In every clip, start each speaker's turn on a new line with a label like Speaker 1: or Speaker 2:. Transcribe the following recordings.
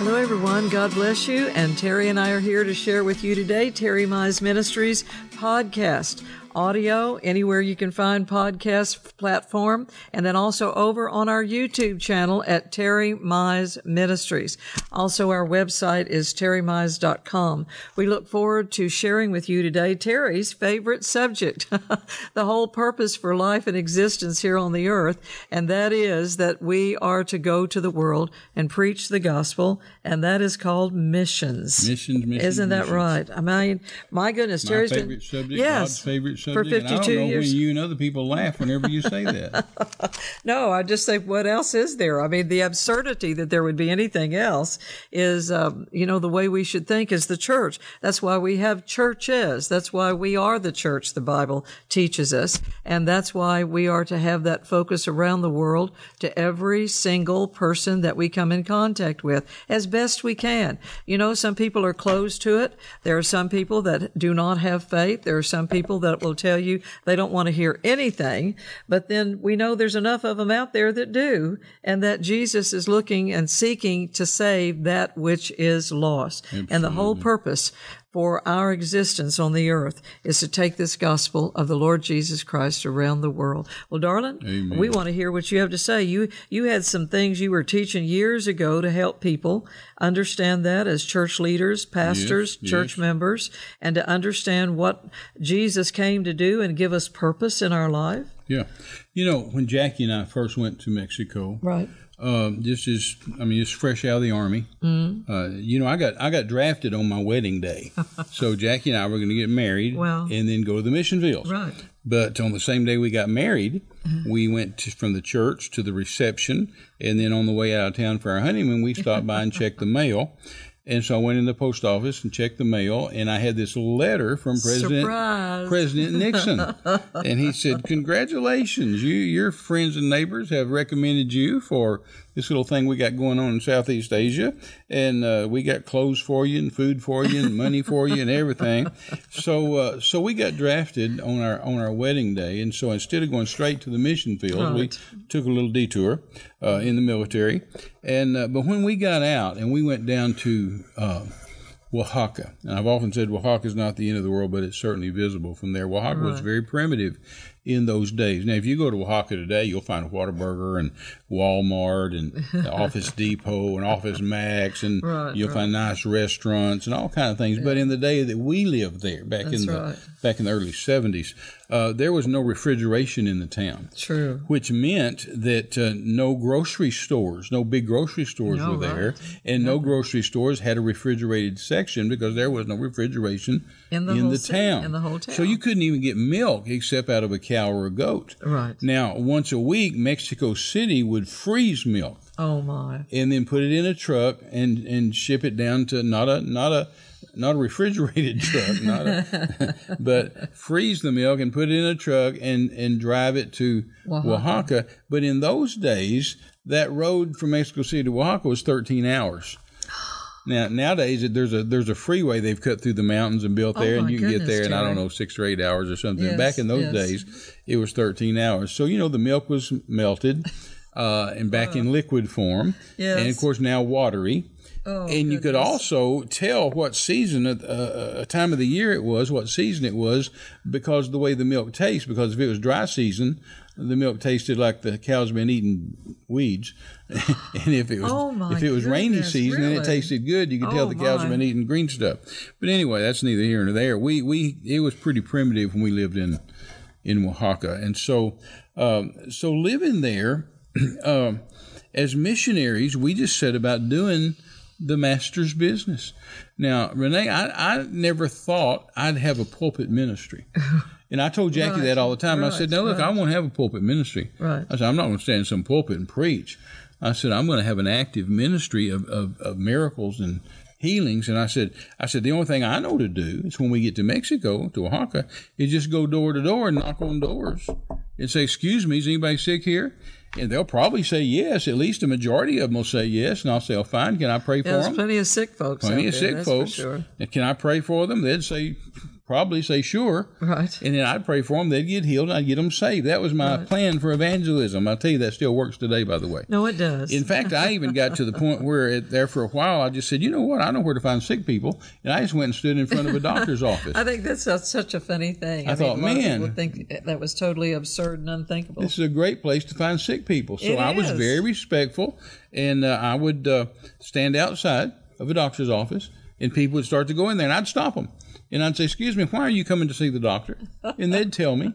Speaker 1: Hello, everyone. God bless you. And Terry and I are here to share with you today Terry Mize Ministries podcast, audio, anywhere you can find podcast platform, and then also over on our YouTube channel at Terry Mize Ministries. Also, our website is terrymize.com. We look forward to sharing with you today Terry's favorite subject, the whole purpose for life and existence here on the earth, and that is that we are to go to the world and preach the gospel and that is called missions.
Speaker 2: Missions, missions,
Speaker 1: Isn't that
Speaker 2: missions.
Speaker 1: right? I mean, my goodness,
Speaker 2: My
Speaker 1: Terry's
Speaker 2: favorite
Speaker 1: been
Speaker 2: subject,
Speaker 1: yes,
Speaker 2: God's favorite subject.
Speaker 1: for
Speaker 2: and I don't
Speaker 1: 52
Speaker 2: know
Speaker 1: years.
Speaker 2: when you and other people laugh whenever you say that.
Speaker 1: No, I just think what else is there? I mean, the absurdity that there would be anything else is, um, you know, the way we should think is the church. That's why we have churches. That's why we are the church. The Bible teaches us, and that's why we are to have that focus around the world to every single person that we come in contact with as best we can. You know, some people are closed to it. There are some people that do not have faith. There are some people that will tell you they don't want to hear anything, but then we know there's enough of them out there that do, and that Jesus is looking and seeking to save that which is lost. And the whole purpose for our existence on the earth is to take this gospel of the Lord Jesus Christ around the world. Well, darling, we want to hear what you have to say. You you had some things you were teaching years ago to help people understand that as church leaders, pastors,
Speaker 2: Yes,
Speaker 1: church
Speaker 2: yes.
Speaker 1: members, and to understand what Jesus came to do and give us purpose in our life.
Speaker 2: Yeah. You know, when Jackie and I first went to Mexico,
Speaker 1: Right.
Speaker 2: um, this is, I mean, just fresh out of the army.
Speaker 1: Mm-hmm.
Speaker 2: Mm. Uh, you know, I got I got drafted on my wedding day, so Jackie and I were going to get married,
Speaker 1: Wow.
Speaker 2: and then go to the mission fields.
Speaker 1: Right.
Speaker 2: But on the same day we got married, we went to, from the church to the reception, and then on the way out of town for our honeymoon, we stopped by and checked the mail. And so I went in the post office and checked the mail, and I had this letter from President
Speaker 1: Surprise.
Speaker 2: President Nixon, and he said, "Congratulations, you your friends and neighbors have recommended you for this little thing we got going on in Southeast Asia, and uh, we got clothes for you and food for you and money for you and everything." So uh, so we got drafted on our on our wedding day, and so instead of going straight to the mission field,
Speaker 1: Right.
Speaker 2: we took a little detour uh, in the military, and uh, but when we got out and we went down to uh, Oaxaca. And I've often said Oaxaca is not the end of the world, but it's certainly visible from there. Oaxaca was very primitive in those days. Now, if you go to Oaxaca today, you'll find Whataburger and Walmart and Office Depot and Office Max, and
Speaker 1: Right,
Speaker 2: you'll
Speaker 1: right.
Speaker 2: find nice restaurants and all kind of things. But in the day that we lived there, back
Speaker 1: That's
Speaker 2: in the
Speaker 1: right.
Speaker 2: back in the early seventies, uh, there was no refrigeration in the town
Speaker 1: True.
Speaker 2: which meant that uh, no grocery stores, no big grocery stores
Speaker 1: No,
Speaker 2: were there, and no grocery stores had a refrigerated section because there was no refrigeration
Speaker 1: In the whole city,
Speaker 2: town.
Speaker 1: in the whole
Speaker 2: So
Speaker 1: town.
Speaker 2: you couldn't even get milk except out of a cow or a goat.
Speaker 1: Right.
Speaker 2: Now, once a week, Mexico City would freeze milk
Speaker 1: Oh my.
Speaker 2: and then put it in a truck and and ship it down to not a not a not a refrigerated truck, not a, but freeze the milk and put it in a truck and and drive it to Oaxaca. But in those days, that road from Mexico City to Oaxaca was 13 hours. Now nowadays, it- there's a there's a freeway they've cut through the mountains and built there,
Speaker 1: Oh my
Speaker 2: and you can get
Speaker 1: goodness,
Speaker 2: there in I don't
Speaker 1: Jerry.
Speaker 2: know six or eight hours or something.
Speaker 1: Yes,
Speaker 2: Back in those
Speaker 1: yes.
Speaker 2: days, it was 13 hours. So you know the milk was melted. Uh, and back in liquid form,
Speaker 1: Yes.
Speaker 2: and of course now watery.
Speaker 1: Oh,
Speaker 2: and you could also tell what season, of- uh, uh, time of the year it was, what season it was, because of the way the milk tastes. Because if it was dry season, the milk tasted like the cow's been eating weeds, and if it was
Speaker 1: Oh, my
Speaker 2: if it was rainy
Speaker 1: goodness,
Speaker 2: season, then it
Speaker 1: really?
Speaker 2: tasted good. You could
Speaker 1: Oh,
Speaker 2: tell the cows have
Speaker 1: my.
Speaker 2: been eating green stuff. But anyway, that's neither here nor there. We we it was pretty primitive when we lived in in Oaxaca, and so um, so living there. um, as missionaries, we just set about doing the master's business. Now, Renee, I, I never thought I'd have a pulpit ministry. And I told Jackie
Speaker 1: Right,
Speaker 2: that all the time. I said,
Speaker 1: right,
Speaker 2: No, look, I won't have a pulpit ministry.
Speaker 1: Right.
Speaker 2: I said, I'm not going to stand in some pulpit and preach. I said, I'm going to have an active ministry of, of, of miracles and healings. And I said, I said, the only thing I know to do is when we get to Mexico, to Oaxaca, is just go door to door and knock on doors and say, Excuse me, is anybody sick here? And they'll probably say yes. At least a majority of them will say yes. And I'll say, oh, fine. Can I pray
Speaker 1: Yeah,
Speaker 2: for
Speaker 1: there's
Speaker 2: them?
Speaker 1: plenty of sick folks.
Speaker 2: plenty
Speaker 1: out
Speaker 2: of
Speaker 1: there,
Speaker 2: sick
Speaker 1: that's for
Speaker 2: folks.
Speaker 1: sure.
Speaker 2: And Can I pray for them? They'd say, probably say sure.
Speaker 1: Right.
Speaker 2: And then I'd pray for them. They'd get healed. And I'd get them saved. That was my plan for evangelism. I'll tell you, that still works today, by the way.
Speaker 1: No, it does.
Speaker 2: In fact, I even got to the point where it, there for a while, I just said, you know what? I know where to find sick people. And I just went and stood in front of a doctor's office.
Speaker 1: I think that's a, such a funny thing.
Speaker 2: I thought,
Speaker 1: mean, a lot of
Speaker 2: man.
Speaker 1: people think that was totally absurd and unthinkable.
Speaker 2: This is a great place to find sick people. So
Speaker 1: It
Speaker 2: I was
Speaker 1: is.
Speaker 2: very respectful, and uh, I would uh, stand outside of a doctor's office, and people would start to go in there, and I'd stop them. And I'd say, Excuse me, why are you coming to see the doctor? And they'd tell me.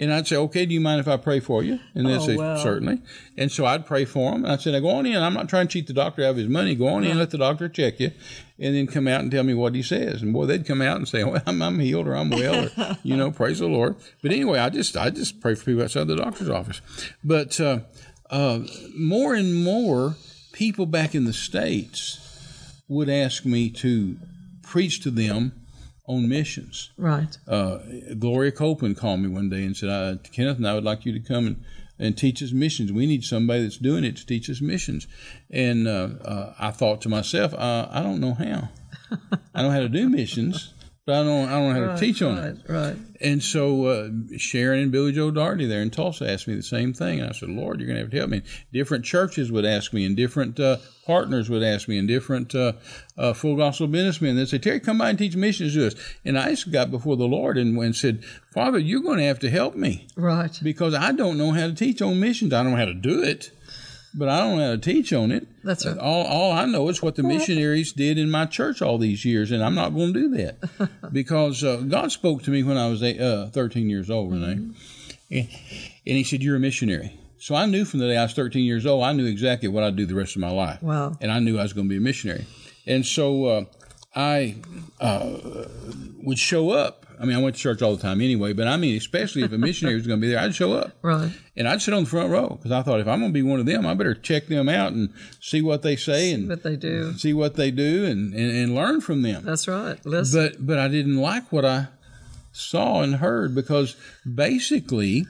Speaker 2: And I'd say, Okay, do you mind if I pray for you? And they'd
Speaker 1: Oh,
Speaker 2: say,
Speaker 1: wow.
Speaker 2: Certainly. And so I'd pray for them. And I said, Now go on in. I'm not trying to cheat the doctor out of his money. Go on in, let the doctor check you, and then come out and tell me what he says. And boy, they'd come out and say, Well, I'm, I'm healed or I'm well, or, you know, praise the Lord. But anyway, I just I just pray for people outside the doctor's office. But uh, uh, more and more people back in the States would ask me to preach to them on missions.
Speaker 1: right.
Speaker 2: Uh, Gloria Copeland called me one day and said, I, Kenneth and I would like you to come and, and teach us missions. We need somebody that's doing it to teach us missions. And uh, uh, I thought to myself, uh, I don't know how. I know how to do missions, but I don't, I don't know how to teach on it.
Speaker 1: Right. Right.
Speaker 2: And so uh, Sharon and Billy Joe Doherty there in Tulsa asked me the same thing. And I said, Lord, you're going to have to help me. Different churches would ask me, and different uh, partners would ask me, and different uh, uh, full gospel businessmen. They'd say, Terry, come by and teach missions to us. And I just got before the Lord and, and said, Father, you're going to have to help me
Speaker 1: Right.
Speaker 2: because I don't know how to teach on missions. I don't know how to do it, but I don't know how to teach on it.
Speaker 1: That's right.
Speaker 2: All, all I know is what the missionaries did in my church all these years, and I'm not going to do that because uh, God spoke to me when I was eight, uh, 13 years old, Renee,
Speaker 1: Mm-hmm.
Speaker 2: and, and He said, "You're a missionary." So I knew from the day I was 13 years old, I knew exactly what I'd do the rest of my life,
Speaker 1: Wow.
Speaker 2: and I knew I was going to be a missionary. And so uh, I uh, would show up. I mean, I went to church all the time anyway, but I mean, especially if a missionary was going to be there, I'd show up.
Speaker 1: Right.
Speaker 2: And I'd sit on the front row because I thought if I'm going to be one of them, I better check them out and see what they say and
Speaker 1: But they do.
Speaker 2: see what they do and, and, and learn from them.
Speaker 1: That's right. Listen.
Speaker 2: But but I didn't like what I saw and heard because basically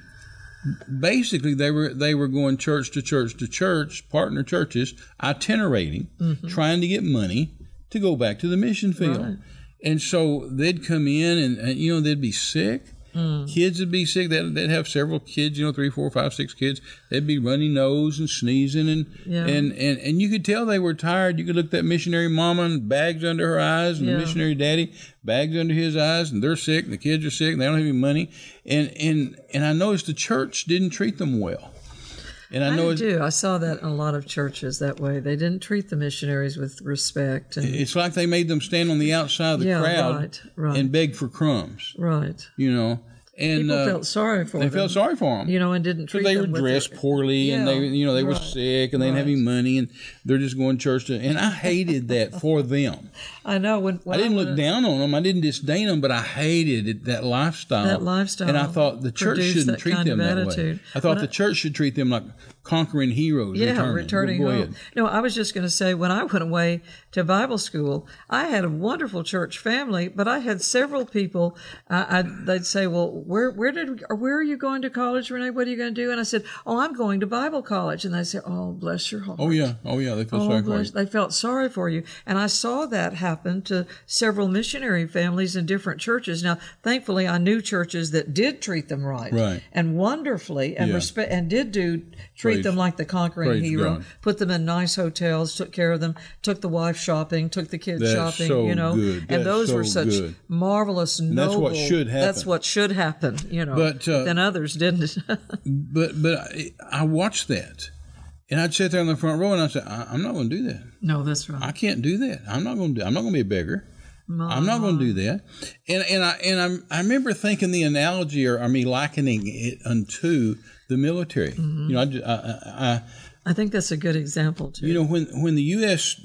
Speaker 2: basically they were they were going church to church to church, partner churches, itinerating, trying to get money to go back to the mission field. And so they'd come in and, and you know they'd be sick. Kids would be sick. They'd, they'd have several kids, you know, three, four, five, six kids. They'd be runny nose and sneezing, and
Speaker 1: Yeah.
Speaker 2: and, and and you could tell they were tired. You could look at that missionary mama and bags under her eyes, and
Speaker 1: Yeah.
Speaker 2: the missionary daddy bags under his eyes, and they're sick, and the kids are sick, and they don't have any money. And and and I noticed the church didn't treat them well. And I,
Speaker 1: I
Speaker 2: know it's,
Speaker 1: do. I saw that in a lot of churches that way. They didn't treat the missionaries with respect. And,
Speaker 2: it's like they made them stand on the outside of the
Speaker 1: Yeah,
Speaker 2: crowd
Speaker 1: right, right.
Speaker 2: and beg for crumbs,
Speaker 1: right.
Speaker 2: you know. And
Speaker 1: People
Speaker 2: uh,
Speaker 1: felt sorry for
Speaker 2: they
Speaker 1: them.
Speaker 2: felt sorry for them.
Speaker 1: you know, and didn't treat
Speaker 2: they were
Speaker 1: them with
Speaker 2: dressed poorly and they
Speaker 1: Yeah,
Speaker 2: you know they were
Speaker 1: right,
Speaker 2: sick and they didn't have any money and they're just going to church to, and I hated that for them.
Speaker 1: I know. When, when
Speaker 2: I didn't
Speaker 1: went-
Speaker 2: look down on them. I didn't disdain them, but I hated it, that lifestyle.
Speaker 1: That lifestyle
Speaker 2: And I thought the church
Speaker 1: produced
Speaker 2: shouldn't
Speaker 1: that
Speaker 2: treat
Speaker 1: kind
Speaker 2: them
Speaker 1: of
Speaker 2: that
Speaker 1: attitude.
Speaker 2: way. I thought
Speaker 1: When
Speaker 2: the
Speaker 1: I-
Speaker 2: church should treat them like conquering heroes.
Speaker 1: Yeah,
Speaker 2: returning.
Speaker 1: returning
Speaker 2: Go
Speaker 1: home.
Speaker 2: ahead.
Speaker 1: No, I was just going to say when I went away to Bible school, I had a wonderful church family, but I had several people. I, I they'd say, "Well, where where did or where are you going to college, Renee? What are you going to do?" And I said, "Oh, I'm going to Bible college." And they say, "Oh, bless your heart."
Speaker 2: Oh yeah, oh yeah. They feel
Speaker 1: Oh,
Speaker 2: sorry for
Speaker 1: bless-
Speaker 2: you.
Speaker 1: They felt sorry for you. And I saw that happen to several missionary families in different churches. Now, thankfully, I knew churches that did treat them right,
Speaker 2: Right.
Speaker 1: and wonderfully and
Speaker 2: Yeah.
Speaker 1: respe- and did do treat
Speaker 2: Praise-
Speaker 1: them like the conquering
Speaker 2: praise
Speaker 1: hero,
Speaker 2: God.
Speaker 1: put them in nice hotels, took care of them, took the wife shopping, took the kids
Speaker 2: That's
Speaker 1: shopping,
Speaker 2: so
Speaker 1: you know.
Speaker 2: good. That's
Speaker 1: And those were
Speaker 2: so
Speaker 1: such
Speaker 2: good.
Speaker 1: marvelous,
Speaker 2: that's
Speaker 1: noble.
Speaker 2: what should
Speaker 1: That's
Speaker 2: happen.
Speaker 1: what should happen, you know.
Speaker 2: But, uh,
Speaker 1: then others didn't.
Speaker 2: But but I, I watched that, and I'd sit there in the front row and I said, I, I'm not going to do that.
Speaker 1: no, that's right.
Speaker 2: I can't do that. I'm not going to. do I'm not going to be a beggar. I'm not going to do that. And and I and I'm, I remember thinking the analogy or, or me likening it unto the military.
Speaker 1: Mm-hmm.
Speaker 2: You know, I, ju- I, I, I
Speaker 1: I think that's a good example too.
Speaker 2: you know when when the U.S.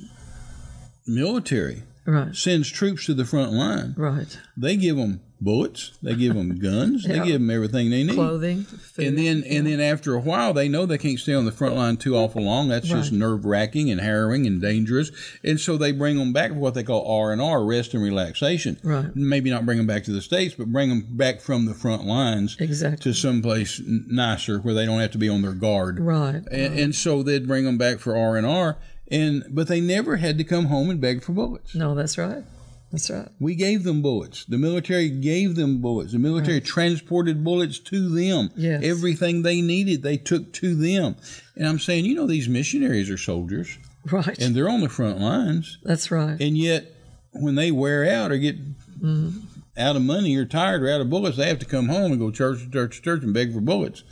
Speaker 2: military
Speaker 1: right.
Speaker 2: sends troops to the front line,
Speaker 1: Right.
Speaker 2: they give them bullets, they give them guns,
Speaker 1: Yeah.
Speaker 2: they give them everything they need.
Speaker 1: clothing, food.
Speaker 2: And then, and then after a while, they know they can't stay on the front line too awful long. That's just
Speaker 1: Right.
Speaker 2: nerve wracking and harrowing and dangerous. And so they bring them back for what they call R and R, rest and relaxation.
Speaker 1: Right.
Speaker 2: Maybe not bring them back to the states, but bring them back from the front lines
Speaker 1: exactly
Speaker 2: to someplace n- nicer where they don't have to be on their guard.
Speaker 1: right.
Speaker 2: And, and so they'd bring them back for R and R, and but they never had to come home and beg for bullets.
Speaker 1: No, that's right. That's right.
Speaker 2: We gave them bullets. The military gave them bullets. The military transported bullets to them.
Speaker 1: Yes.
Speaker 2: Everything they needed, they took to them. And I'm saying, you know, these missionaries are soldiers
Speaker 1: Right.
Speaker 2: and they're on the front lines.
Speaker 1: That's right.
Speaker 2: And yet, when they wear out or get
Speaker 1: Mm-hmm.
Speaker 2: out of money or tired or out of bullets, they have to come home and go church to church to church and beg for bullets,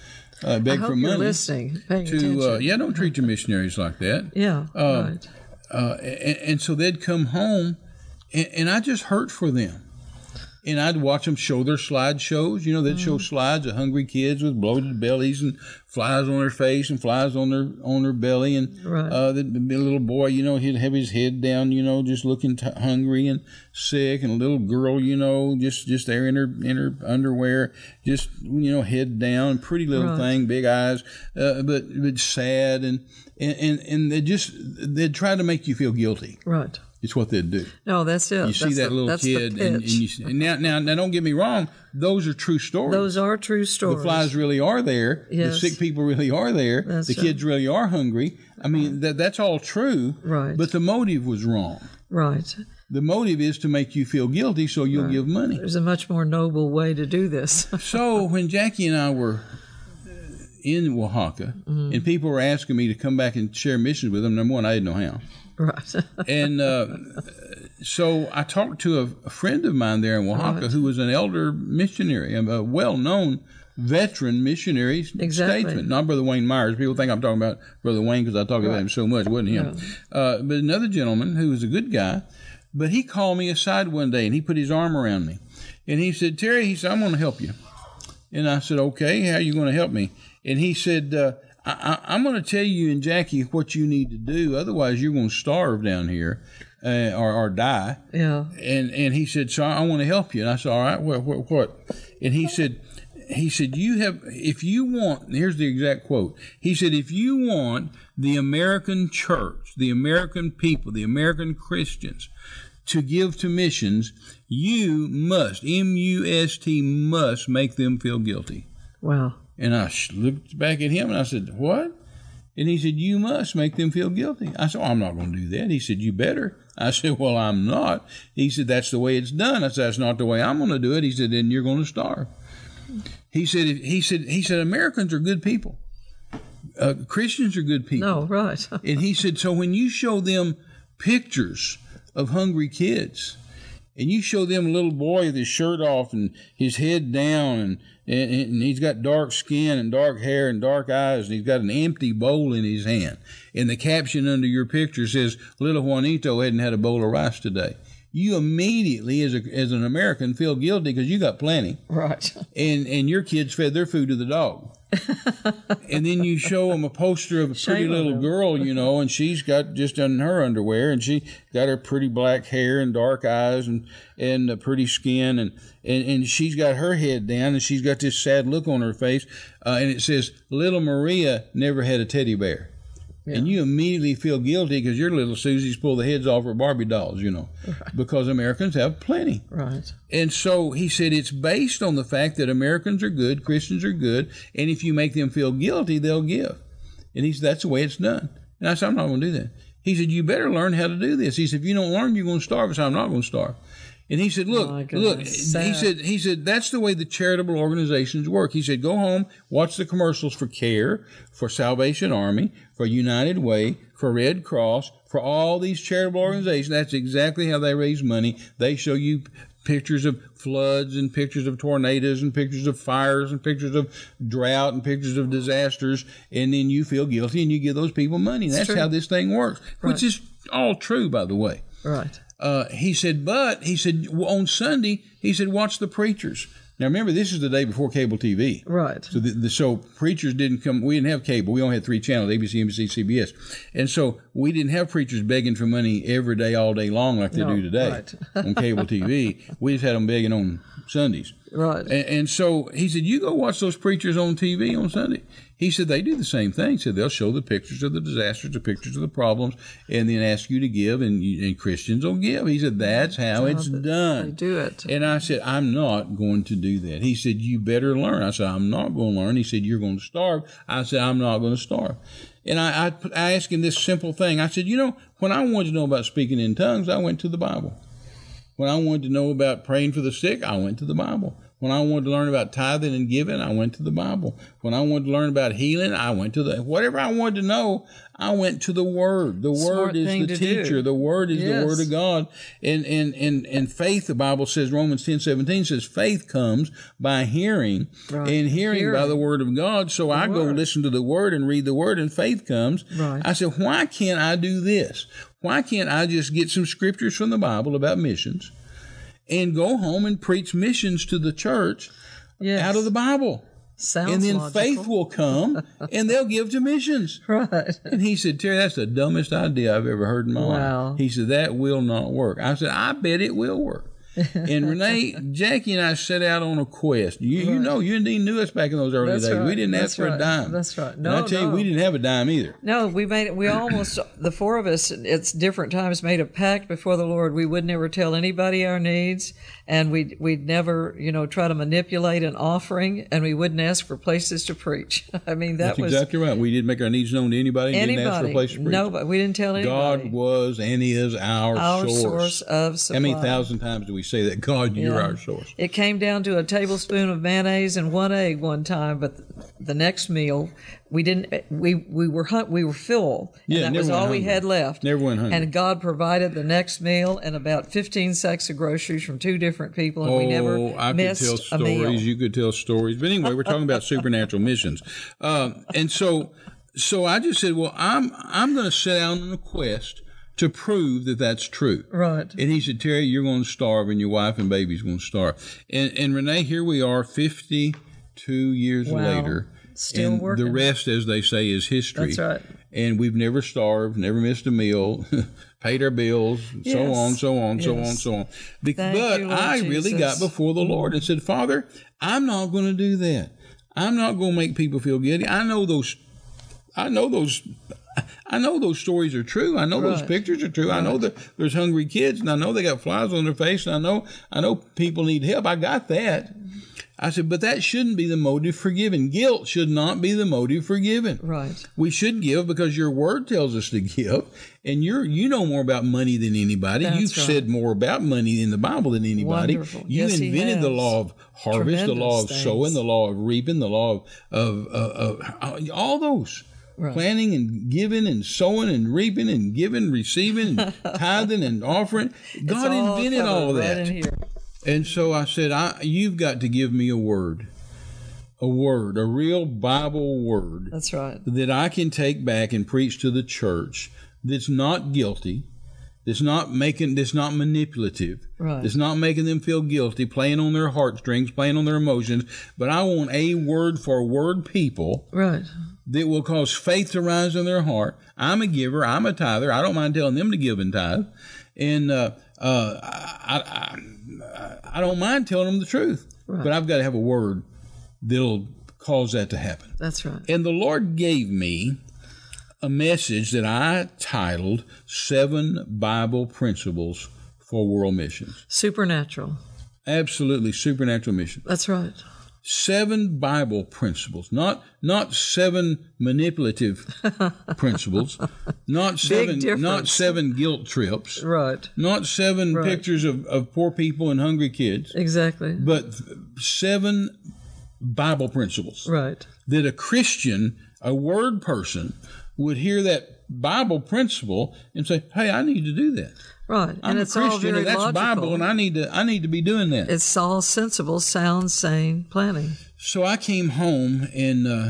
Speaker 2: uh,
Speaker 1: I
Speaker 2: beg
Speaker 1: hope
Speaker 2: for
Speaker 1: you're
Speaker 2: money.
Speaker 1: listening, paying attention.
Speaker 2: To uh, yeah, don't treat your missionaries like that.
Speaker 1: yeah.
Speaker 2: uh,
Speaker 1: right.
Speaker 2: Uh, and, and so they'd come home, and, and I just hurt for them. And I'd watch them show their slideshows. You know, they'd show slides of hungry kids with bloated bellies and flies on their face and flies on their on their belly. And
Speaker 1: Right.
Speaker 2: uh, the, the little boy, you know, he'd have his head down, you know, just looking t- hungry and sick. And a little girl, you know, just just there in her in her underwear, just you know, head down, pretty little
Speaker 1: Right.
Speaker 2: thing, big eyes, uh, but but sad. And and and, and they just they'd try to make you feel guilty.
Speaker 1: Right.
Speaker 2: It's what they'd do.
Speaker 1: No, that's it.
Speaker 2: You see that little kid, and, and you see, now, now, now, don't get me wrong; those are true stories.
Speaker 1: Those are true stories.
Speaker 2: the flies really are there.
Speaker 1: Yes.
Speaker 2: The sick people really are there.
Speaker 1: That's
Speaker 2: the
Speaker 1: right.
Speaker 2: kids really are hungry. I mean, that that's all true.
Speaker 1: Right.
Speaker 2: But the motive was wrong.
Speaker 1: Right.
Speaker 2: The motive is to make you feel guilty, so you'll give money.
Speaker 1: There's a much more noble way to do this.
Speaker 2: So when Jackie and I were in Oaxaca, and people were asking me to come back and share missions with them, number one, I didn't know how.
Speaker 1: right.
Speaker 2: and uh, so I talked to a, a friend of mine there in Oaxaca who was an elder missionary, a- a well-known veteran missionary s-
Speaker 1: Exactly.
Speaker 2: statesman. Not Brother Wayne Myers. People think I'm talking about Brother Wayne because I talk about him so much. It wasn't him. Uh, but another gentleman who was a good guy. But he called me aside one day and he put his arm around me, and he said, "Terry," he said, "I'm going to help you." And I said, "Okay, how are you going to help me?" And he said, uh, I, I, "I'm going to tell you and Jackie what you need to do. Otherwise, you're going to starve down here, uh, or, or die."
Speaker 1: yeah.
Speaker 2: And and he said, "So I, want to help you." And I said, "All right, well, what, what?" And he said, "He said you have if you want." and here's the exact quote. He said, "If you want the American church, the American people, the American Christians." To give to missions, you must, M U S T, must make them feel guilty.
Speaker 1: Wow.
Speaker 2: And I sh- looked back at him and I said, What? And he said, You must make them feel guilty. I said, oh, I'm not going to do that. He said, You better. I said, Well, I'm not. He said, That's the way it's done. I said, That's not the way I'm going to do it. He said, Then you're going to starve. He said, He said, He said, Americans are good people. Uh, Christians are good people.
Speaker 1: No, right.
Speaker 2: And he said, So when you show them pictures of hungry kids, and you show them a little boy with his shirt off and his head down, and, and, and he's got dark skin and dark hair and dark eyes, and he's got an empty bowl in his hand. And the caption under your picture says, Little Juanito hadn't had a bowl of rice today. You immediately, as, a, as an American, feel guilty because you got plenty
Speaker 1: right.
Speaker 2: and and your kids fed their food to the dog. and then you show them a poster of a pretty
Speaker 1: Shame on
Speaker 2: little
Speaker 1: them.
Speaker 2: girl, you know, and she's got just in her underwear, and she got her pretty black hair and dark eyes and and a pretty skin, and and and she's got her head down, and she's got this sad look on her face, uh, and it says, "Little Maria never had a teddy bear." And you immediately feel guilty because your little Susie's pulled the heads off her Barbie dolls, you know, because Americans have plenty.
Speaker 1: Right.
Speaker 2: And so he said it's based on the fact that Americans are good, Christians are good, and if you make them feel guilty, they'll give. And he said, that's the way it's done. And I said, I'm not going to do that. He said, you better learn how to do this. He said, if you don't learn, you're going to starve. I said, I'm not going to starve. And he said,
Speaker 1: My
Speaker 2: look,
Speaker 1: goodness,
Speaker 2: look, he
Speaker 1: sad.
Speaker 2: said, he said, that's the way the charitable organizations work. He said, go home, watch the commercials for CARE, for Salvation Army, for United Way, for Red Cross, for all these charitable organizations. That's exactly how they raise money. They show you pictures of floods and pictures of tornadoes and pictures of fires and pictures of drought and pictures of disasters. And then you feel guilty and you give those people money. That's
Speaker 1: true.
Speaker 2: how this thing works, which
Speaker 1: Right.
Speaker 2: is all true, by the way
Speaker 1: Right.
Speaker 2: uh, he said, but he said w- on Sunday, he said, watch the preachers. Now remember, this is the day before cable TV.
Speaker 1: Right.
Speaker 2: So the, the so preachers didn't come. We didn't have cable. We only had three channels: ABC, NBC, CBS. And so we didn't have preachers begging for money every day, all day long, like they
Speaker 1: No,
Speaker 2: do today
Speaker 1: right.
Speaker 2: on cable TV. We just had them begging on Sundays.
Speaker 1: Right.
Speaker 2: And, and so he said, "You go watch those preachers on TV on Sunday." He said they do the same thing. He said they'll show the pictures of the disasters, the pictures of the problems, and then ask you to give, and, you, and Christians will give. He said that's how it's
Speaker 1: They
Speaker 2: done.
Speaker 1: do it.
Speaker 2: And I said, I'm not going to do that. He said, You better learn. I said, I'm not going to learn. He said, You're going to starve. I said, I'm not going to starve. And I, I, I asked him this simple thing. I said, You know, when I wanted to know about speaking in tongues, I went to the Bible. When I wanted to know about praying for the sick, I went to the Bible. When I wanted to learn about tithing and giving, I went to the Bible. When I wanted to learn about healing, I went to the whatever I wanted to know, I went to the Word. The
Speaker 1: Smart
Speaker 2: Word is
Speaker 1: thing
Speaker 2: the
Speaker 1: to
Speaker 2: teacher.
Speaker 1: do.
Speaker 2: The Word is
Speaker 1: Yes.
Speaker 2: the Word of God. And and and and faith, the Bible says Romans ten seventeen says faith comes by hearing,
Speaker 1: Right.
Speaker 2: and hearing, by
Speaker 1: Hearing.
Speaker 2: the Word of God. So I go
Speaker 1: Word.
Speaker 2: listen to the Word and read the Word, and faith comes.
Speaker 1: Right.
Speaker 2: I said, why can't I do this? Why can't I just get some scriptures from the Bible about missions? And go home and preach missions to the church
Speaker 1: Yes.
Speaker 2: out of the Bible.
Speaker 1: Sounds
Speaker 2: and then
Speaker 1: logical.
Speaker 2: faith will come and they'll give to missions.
Speaker 1: Right.
Speaker 2: And he said, Terry, that's the dumbest idea I've ever heard in my
Speaker 1: Wow.
Speaker 2: life. He said, that will not work. I said, I bet it will work. and Renee, Jackie, and I set out on a quest. You, you know, you didn't knew us back in those early
Speaker 1: That's
Speaker 2: days. We
Speaker 1: right.
Speaker 2: didn't
Speaker 1: That's
Speaker 2: ask for
Speaker 1: right.
Speaker 2: a dime.
Speaker 1: That's right.
Speaker 2: and
Speaker 1: No,
Speaker 2: I tell you,
Speaker 1: no.
Speaker 2: we didn't have a dime either.
Speaker 1: No, we made we almost the four of us at different times made a pact before the Lord we would never tell anybody our needs and we would we'd never, you know, try to manipulate an offering and we wouldn't ask for places to preach. I mean that
Speaker 2: That's
Speaker 1: was
Speaker 2: exactly right. We didn't make our needs known to anybody. and Didn't ask for
Speaker 1: anybody.
Speaker 2: a place to preach.
Speaker 1: Nobody. We didn't tell anybody.
Speaker 2: God was and is our,
Speaker 1: our source.
Speaker 2: source.
Speaker 1: of supply.
Speaker 2: How many thousand times do we say that? God, you're
Speaker 1: Yeah.
Speaker 2: our source.
Speaker 1: It came down to a tablespoon of mayonnaise and one egg one time, but the next meal we didn't. We we were hunt. We were full.
Speaker 2: Yeah,
Speaker 1: and that
Speaker 2: never
Speaker 1: was
Speaker 2: went
Speaker 1: all we
Speaker 2: hungry.
Speaker 1: had left.
Speaker 2: Never went hungry.
Speaker 1: And God provided the next meal and about fifteen sacks of groceries from two different people, and we never
Speaker 2: Oh, I could
Speaker 1: missed
Speaker 2: tell
Speaker 1: a meal.
Speaker 2: stories. You could tell stories. But anyway, we're talking about supernatural missions, um, and so so I just said, well, I'm I'm going to set out on a quest to prove that that's true.
Speaker 1: right.
Speaker 2: And he said, Terry, you're going to starve, and your wife and baby's going to starve. And and Renee, here we are, 52 years
Speaker 1: Wow.
Speaker 2: later.
Speaker 1: Still
Speaker 2: and The
Speaker 1: working.
Speaker 2: rest, as they say, is history.
Speaker 1: That's right.
Speaker 2: And we've never starved, never missed a meal, paid our bills, so
Speaker 1: Yes.
Speaker 2: on, so on, so on,
Speaker 1: Yes.
Speaker 2: so on. Be-
Speaker 1: Thank
Speaker 2: but
Speaker 1: you, Lord
Speaker 2: I really got
Speaker 1: Jesus.
Speaker 2: before the Lord and said, Father, I'm not going to do that. I'm not going to make people feel guilty. I know those. I know those. I know those stories are true. I know those
Speaker 1: Right.
Speaker 2: pictures are true. I know that there's hungry kids, and I know they got flies on their face, and I know I know people need help. I got that. I said, but that shouldn't be the motive for giving. Guilt should not be the motive for giving.
Speaker 1: Right.
Speaker 2: We should give because your word tells us to give, and you're you know more about money than anybody.
Speaker 1: That's
Speaker 2: You've
Speaker 1: right.
Speaker 2: said more about money in the Bible than anybody.
Speaker 1: Wonderful.
Speaker 2: You
Speaker 1: Yes, he
Speaker 2: invented the
Speaker 1: has.
Speaker 2: law of harvest, the law of
Speaker 1: Tremendous
Speaker 2: sowing,
Speaker 1: things.
Speaker 2: the law of reaping, the law of of, of, of all those.
Speaker 1: Right.
Speaker 2: Planning and giving and sowing and reaping and giving, receiving, and tithing and offering.
Speaker 1: It's
Speaker 2: God
Speaker 1: all
Speaker 2: invented
Speaker 1: covered
Speaker 2: all of
Speaker 1: right
Speaker 2: that.
Speaker 1: in here.
Speaker 2: And so I said, I, You've got to give me a word, a word, a real Bible word
Speaker 1: That's right.
Speaker 2: that I can take back and preach to the church that's not guilty, that's not making, that's not manipulative,
Speaker 1: Right.
Speaker 2: that's not making them feel guilty, playing on their heartstrings, playing on their emotions. But I want a word for word people
Speaker 1: Right.
Speaker 2: that will cause faith to rise in their heart. I'm a giver. I'm a tither. I don't mind telling them to give and tithe, and uh, uh, I, I, I, I don't mind telling them the truth.
Speaker 1: Right.
Speaker 2: But I've got to have a word that'll cause that to happen.
Speaker 1: That's right.
Speaker 2: And the Lord gave me a message that I titled Seven Bible Principles for World Missions.
Speaker 1: Supernatural.
Speaker 2: Absolutely supernatural mission.
Speaker 1: That's right.
Speaker 2: Seven Bible principles, not not seven manipulative principles, not seven not
Speaker 1: difference.
Speaker 2: seven guilt trips,
Speaker 1: Right.
Speaker 2: not seven
Speaker 1: Right.
Speaker 2: pictures of, of poor people and hungry kids,
Speaker 1: Exactly.
Speaker 2: but seven Bible principles
Speaker 1: Right.
Speaker 2: that a Christian, a word person, would hear that Bible principle and say, "Hey, I need to do that.
Speaker 1: Right.
Speaker 2: I'm
Speaker 1: and it's
Speaker 2: a
Speaker 1: all
Speaker 2: Christian,
Speaker 1: very
Speaker 2: and that's
Speaker 1: logical.
Speaker 2: Bible, and I need to I need to be doing that."
Speaker 1: It's all sensible, sound, sane planning.
Speaker 2: so I came home and uh,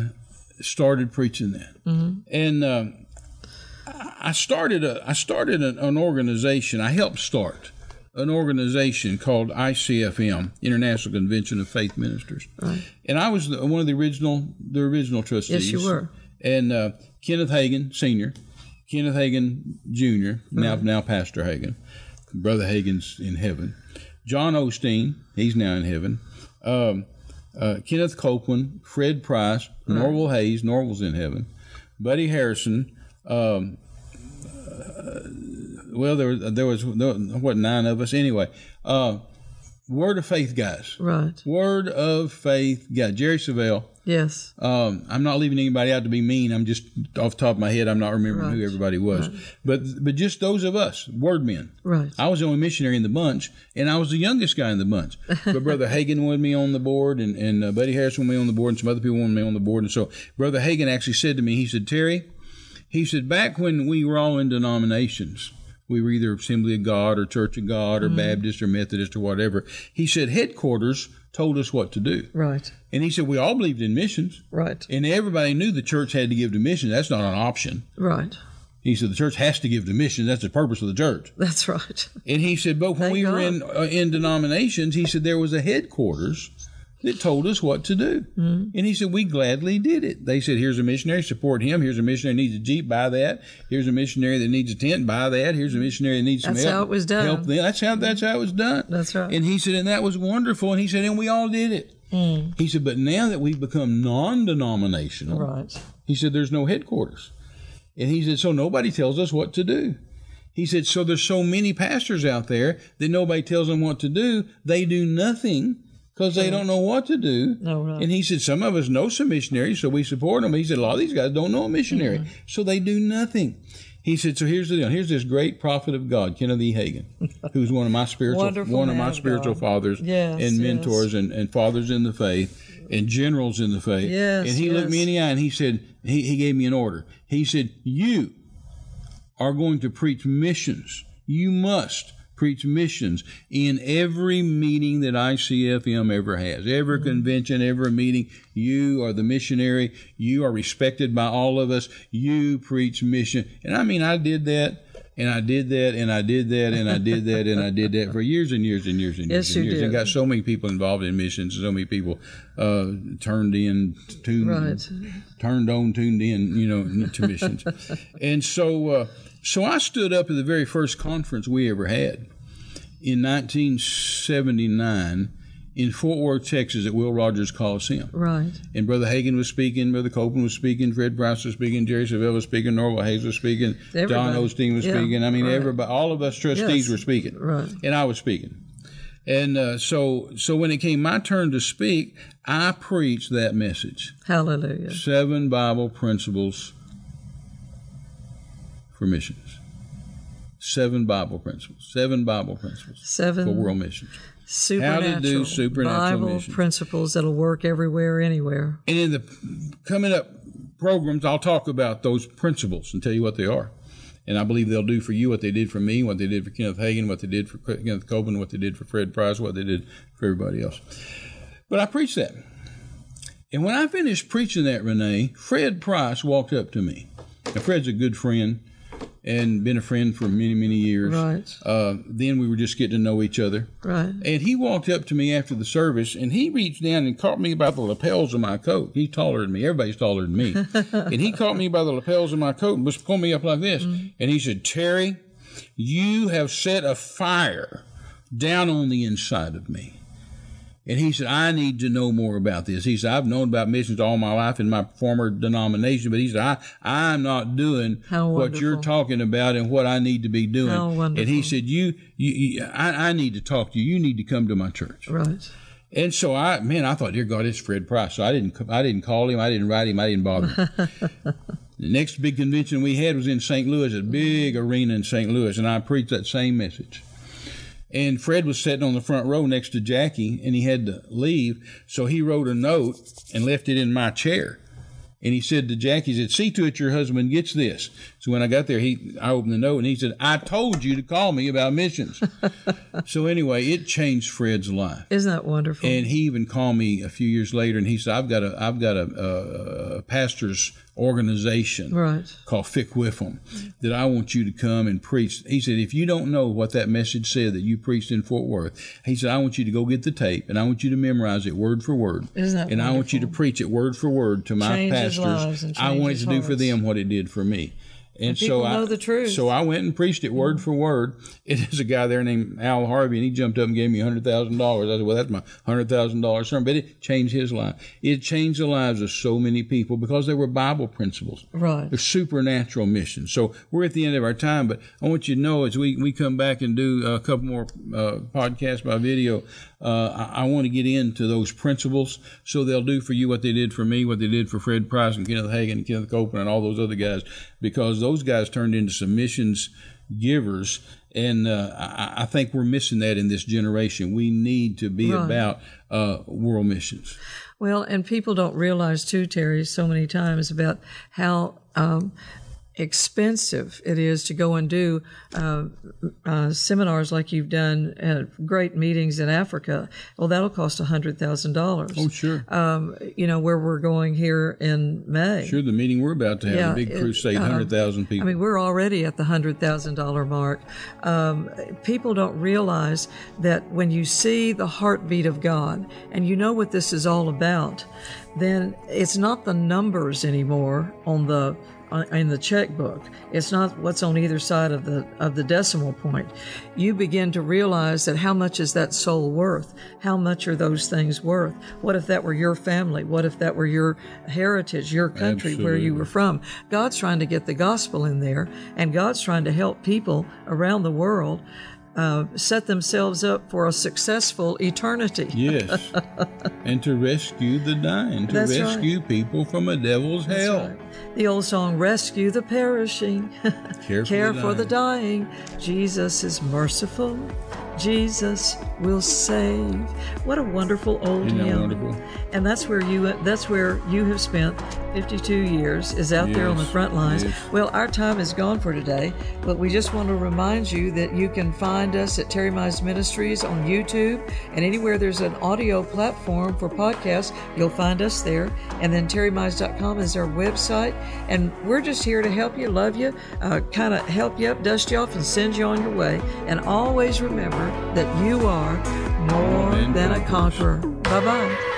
Speaker 2: started preaching that,
Speaker 1: Mm-hmm.
Speaker 2: and um, I I started a I started an, an organization. I helped start an organization called ICFM, International Convention of Faith Ministers, and I was the, one of the original the original trustees.
Speaker 1: Yes, you were.
Speaker 2: and uh, Kenneth Hagan Senior, Kenneth Hagan Junior, now now Pastor Hagan, Brother Hagan's in heaven. John Osteen, he's now in heaven. Um, uh, Kenneth Copeland, Fred Price, Norval Hayes, Norval's in heaven. Buddy Harrison. Um, uh, well, there was there was there was, what nine of us anyway. Uh, Word of faith guys.
Speaker 1: Right.
Speaker 2: Word of faith guy. Jerry Savelle.
Speaker 1: Yes.
Speaker 2: Um, I'm not leaving anybody out to be mean. I'm just off the top of my head. I'm not remembering who
Speaker 1: Right.
Speaker 2: everybody was, but but just those of us, word men.
Speaker 1: Right.
Speaker 2: I was the only missionary in the bunch, and I was the youngest guy in the bunch. But Brother Hagan wanted me on the board, and, and uh, Buddy Harris wanted me on the board, and some other people wanted me on the board. And so Brother Hagan actually said to me, he said, Terry, he said, back when we were all in denominations, we were either Assembly of God or Church of God
Speaker 1: Mm-hmm.
Speaker 2: or Baptist or Methodist or whatever. He said, headquarters told us what to do.
Speaker 1: Right.
Speaker 2: And he said, we all believed in missions,
Speaker 1: Right.
Speaker 2: and everybody knew the church had to give to missions. That's not an option.
Speaker 1: Right.
Speaker 2: He said, the church has to give to missions. That's the purpose of the church.
Speaker 1: That's right.
Speaker 2: And he said, but when
Speaker 1: Thank
Speaker 2: we were
Speaker 1: God.
Speaker 2: in uh, in denominations, he said there was a headquarters that told us what to do.
Speaker 1: Mm-hmm.
Speaker 2: And he said we gladly did it. They said, here's a missionary, support him. Here's a missionary that needs a jeep, buy that. Here's a missionary that needs a tent, buy that. Here's a missionary that needs some
Speaker 1: That's
Speaker 2: help.
Speaker 1: how it was done.
Speaker 2: Help them. That's how that's how it was done.
Speaker 1: That's right.
Speaker 2: And he said, and that was wonderful. And he said, and we all did it. He said, but now that we've become non-denominational,
Speaker 1: Mm. Right.
Speaker 2: he said, There's no headquarters. And he said, So nobody tells us what to do. He said, So there's so many pastors out there that nobody tells them what to do. They do nothing because they don't know what to do.
Speaker 1: No, right.
Speaker 2: And he said, Some of us know some missionaries, so we support them. He said, A lot of these guys don't know a missionary,
Speaker 1: Mm-hmm.
Speaker 2: so they do nothing. He said, "So here's the deal. Here's this great prophet of God, Kenneth E. Hagan, who's one of my spiritual
Speaker 1: Wonderful
Speaker 2: one of
Speaker 1: man
Speaker 2: my
Speaker 1: of
Speaker 2: spiritual
Speaker 1: God.
Speaker 2: fathers
Speaker 1: Yes,
Speaker 2: and
Speaker 1: yes.
Speaker 2: mentors and, and fathers in the faith and generals in the faith.
Speaker 1: Yes,
Speaker 2: and he looked
Speaker 1: yes.
Speaker 2: me in the eye and he said, he, he gave me an order. He said, You are going to preach missions. You must preach missions in every meeting that ICFM ever has, every
Speaker 1: Mm-hmm.
Speaker 2: convention, every meeting. You are the missionary. You are respected by all of us. You preach mission. And I mean, I did that. And I did that, and I did that, and I did that, and I did that for years and years and years and years
Speaker 1: Yes,
Speaker 2: and
Speaker 1: you
Speaker 2: years, and
Speaker 1: did.
Speaker 2: got so many people involved in missions, so many people uh, turned in, tuned,
Speaker 1: Right.
Speaker 2: turned on, tuned in, you know, to missions. and so, uh, so I stood up at the very first conference we ever had in 1979 in Fort Worth, Texas, at Will Rogers Coliseum.
Speaker 1: Right.
Speaker 2: And Brother Hagan was speaking, Brother Copeland was speaking, Fred Price was speaking, Jerry Savelle was speaking, Norval Hayes was speaking, Don
Speaker 1: Everybody.
Speaker 2: Osteen was
Speaker 1: Yeah,
Speaker 2: speaking. I mean,
Speaker 1: right.
Speaker 2: everybody, all of us trustees
Speaker 1: Yes.
Speaker 2: were speaking
Speaker 1: Right.
Speaker 2: and I was speaking. And uh, so, so when it came my turn to speak, I preached that message:
Speaker 1: Hallelujah.
Speaker 2: seven Bible principles for missions. Seven Bible principles. Seven Bible principles for
Speaker 1: Seven
Speaker 2: world missions.
Speaker 1: supernatural,
Speaker 2: supernatural
Speaker 1: Bible
Speaker 2: missions.
Speaker 1: principles that'll work everywhere, anywhere.
Speaker 2: And in the coming up programs, I'll talk about those principles and tell you what they are. And I believe they'll do for you what they did for me, what they did for Kenneth Hagin, what they did for Kenneth Copeland, what they did for Fred Price, what they did for everybody else. But I preached that. And when I finished preaching that, Renee, Fred Price walked up to me. Now, Fred's a good friend and been a friend for many, many years.
Speaker 1: Right.
Speaker 2: Uh, then we were just getting to know each other.
Speaker 1: Right.
Speaker 2: And he walked up to me after the service and he reached down and caught me by the lapels of my coat. He's taller than me. Everybody's taller than me. and he caught me by the lapels of my coat and was pulling me up like this.
Speaker 1: Mm-hmm.
Speaker 2: And he said, Terry, you have set a fire down on the inside of me. And he said, I need to know more about this. He said, I've known about missions all my life in my former denomination, but he said, I, I'm not doing
Speaker 1: How
Speaker 2: what you're
Speaker 1: wonderful.
Speaker 2: talking about and what I need to be doing.
Speaker 1: How
Speaker 2: And he
Speaker 1: wonderful.
Speaker 2: said, you, you, you I, I need to talk to you. You need to come to my church.
Speaker 1: Right.
Speaker 2: And so I, man, I thought, dear God, it's Fred Price. So I didn't, I didn't call him. I didn't write him. I didn't bother him. the next big convention we had was in St. Louis, a big arena in St. Louis, and I preached that same message. And Fred was sitting on the front row next to Jackie, and he had to leave, so he wrote a note and left it in my chair. And he said to Jackie, he said, "See to it your husband gets this." So when I got there, he I opened the note and he said, "I told you to call me about missions." so anyway, it changed Fred's life.
Speaker 1: Isn't that wonderful?
Speaker 2: And he even called me a few years later, and he said, "I've got a I've got a, a, a pastor's organization
Speaker 1: right.
Speaker 2: called Fick Whiffum that I want you to come and preach." He said, "If you don't know what that message said that you preached in Fort Worth, he said, I want you to go get the tape and I want you to memorize it word for word,
Speaker 1: Isn't that
Speaker 2: and I want you to
Speaker 1: wonderful?
Speaker 2: preach it word for word to my
Speaker 1: Changes lives
Speaker 2: pastors.
Speaker 1: and
Speaker 2: I want it
Speaker 1: changes
Speaker 2: to do for
Speaker 1: hearts.
Speaker 2: them what it did for me." And,
Speaker 1: people
Speaker 2: so I
Speaker 1: know the truth.
Speaker 2: So I went and preached it word for word. It is a guy there named Al Harvey, and he jumped up and gave me hundred thousand dollars. I said, "Well, that's my hundred thousand dollars sermon." But it changed his life. It changed the lives of so many people because they were Bible principles.
Speaker 1: Right.
Speaker 2: A supernatural mission. So we're at the end of our time, but I want you to know as we, we come back and do a couple more uh, podcasts by video, uh, I, I want to get into those principles so they'll do for you what they did for me, what they did for Fred Price and Kenneth Hagan and Kenneth Copeland and all those other guys, because those guys turned into submissions givers. And uh, I, I think we're missing that in this generation. We need to be about uh, world missions.
Speaker 1: Well, and people don't realize too, Terry, so many times about how um, expensive it is to go and do uh, uh, seminars like you've done at great meetings in Africa. Well, that'll cost hundred thousand dollars.
Speaker 2: Oh, sure.
Speaker 1: You know where we're going here in May.
Speaker 2: sure, the meeting we're about to have,
Speaker 1: yeah,
Speaker 2: a big
Speaker 1: it- uh,
Speaker 2: crusade, 100,000 people.
Speaker 1: I mean, we're already at the hundred thousand dollar mark. Um, people don't realize that when you see the heartbeat of God and you know what this is all about, then it's not the numbers anymore on the on- in the checkbook. It's not what's on either side of the of the decimal point. You begin to realize that how much is that soul worth? How much are those things worth? What if that were your family? What if that were your heritage, your country where you
Speaker 2: Absolutely.
Speaker 1: were from. God's trying to get the gospel in there, and God's trying to help people around the world uh, set themselves up for a successful eternity.
Speaker 2: Yes. and to rescue the dying, to
Speaker 1: That's right.
Speaker 2: rescue people from a devil's
Speaker 1: That's
Speaker 2: hell.
Speaker 1: right. The old song, Rescue the Perishing,
Speaker 2: Care,
Speaker 1: Care for the Dying. Jesus is merciful. Jesus will save. What a wonderful old
Speaker 2: Isn't that
Speaker 1: hymn.
Speaker 2: wonderful?
Speaker 1: And that's where you that's where you have spent 52 years is out there on the
Speaker 2: Yes,
Speaker 1: front lines.
Speaker 2: yes.
Speaker 1: Well, our time is gone for today, but we just want to remind you that you can find us at Terry Mize Ministries on YouTube and anywhere there's an audio platform for podcasts, you'll find us there. And then terrymize.com is our website. And we're just here to help you, love you, uh, kind of help you up, dust you off, and send you on your way. And always remember that you are more
Speaker 2: Amen.
Speaker 1: than a conqueror. Bye bye.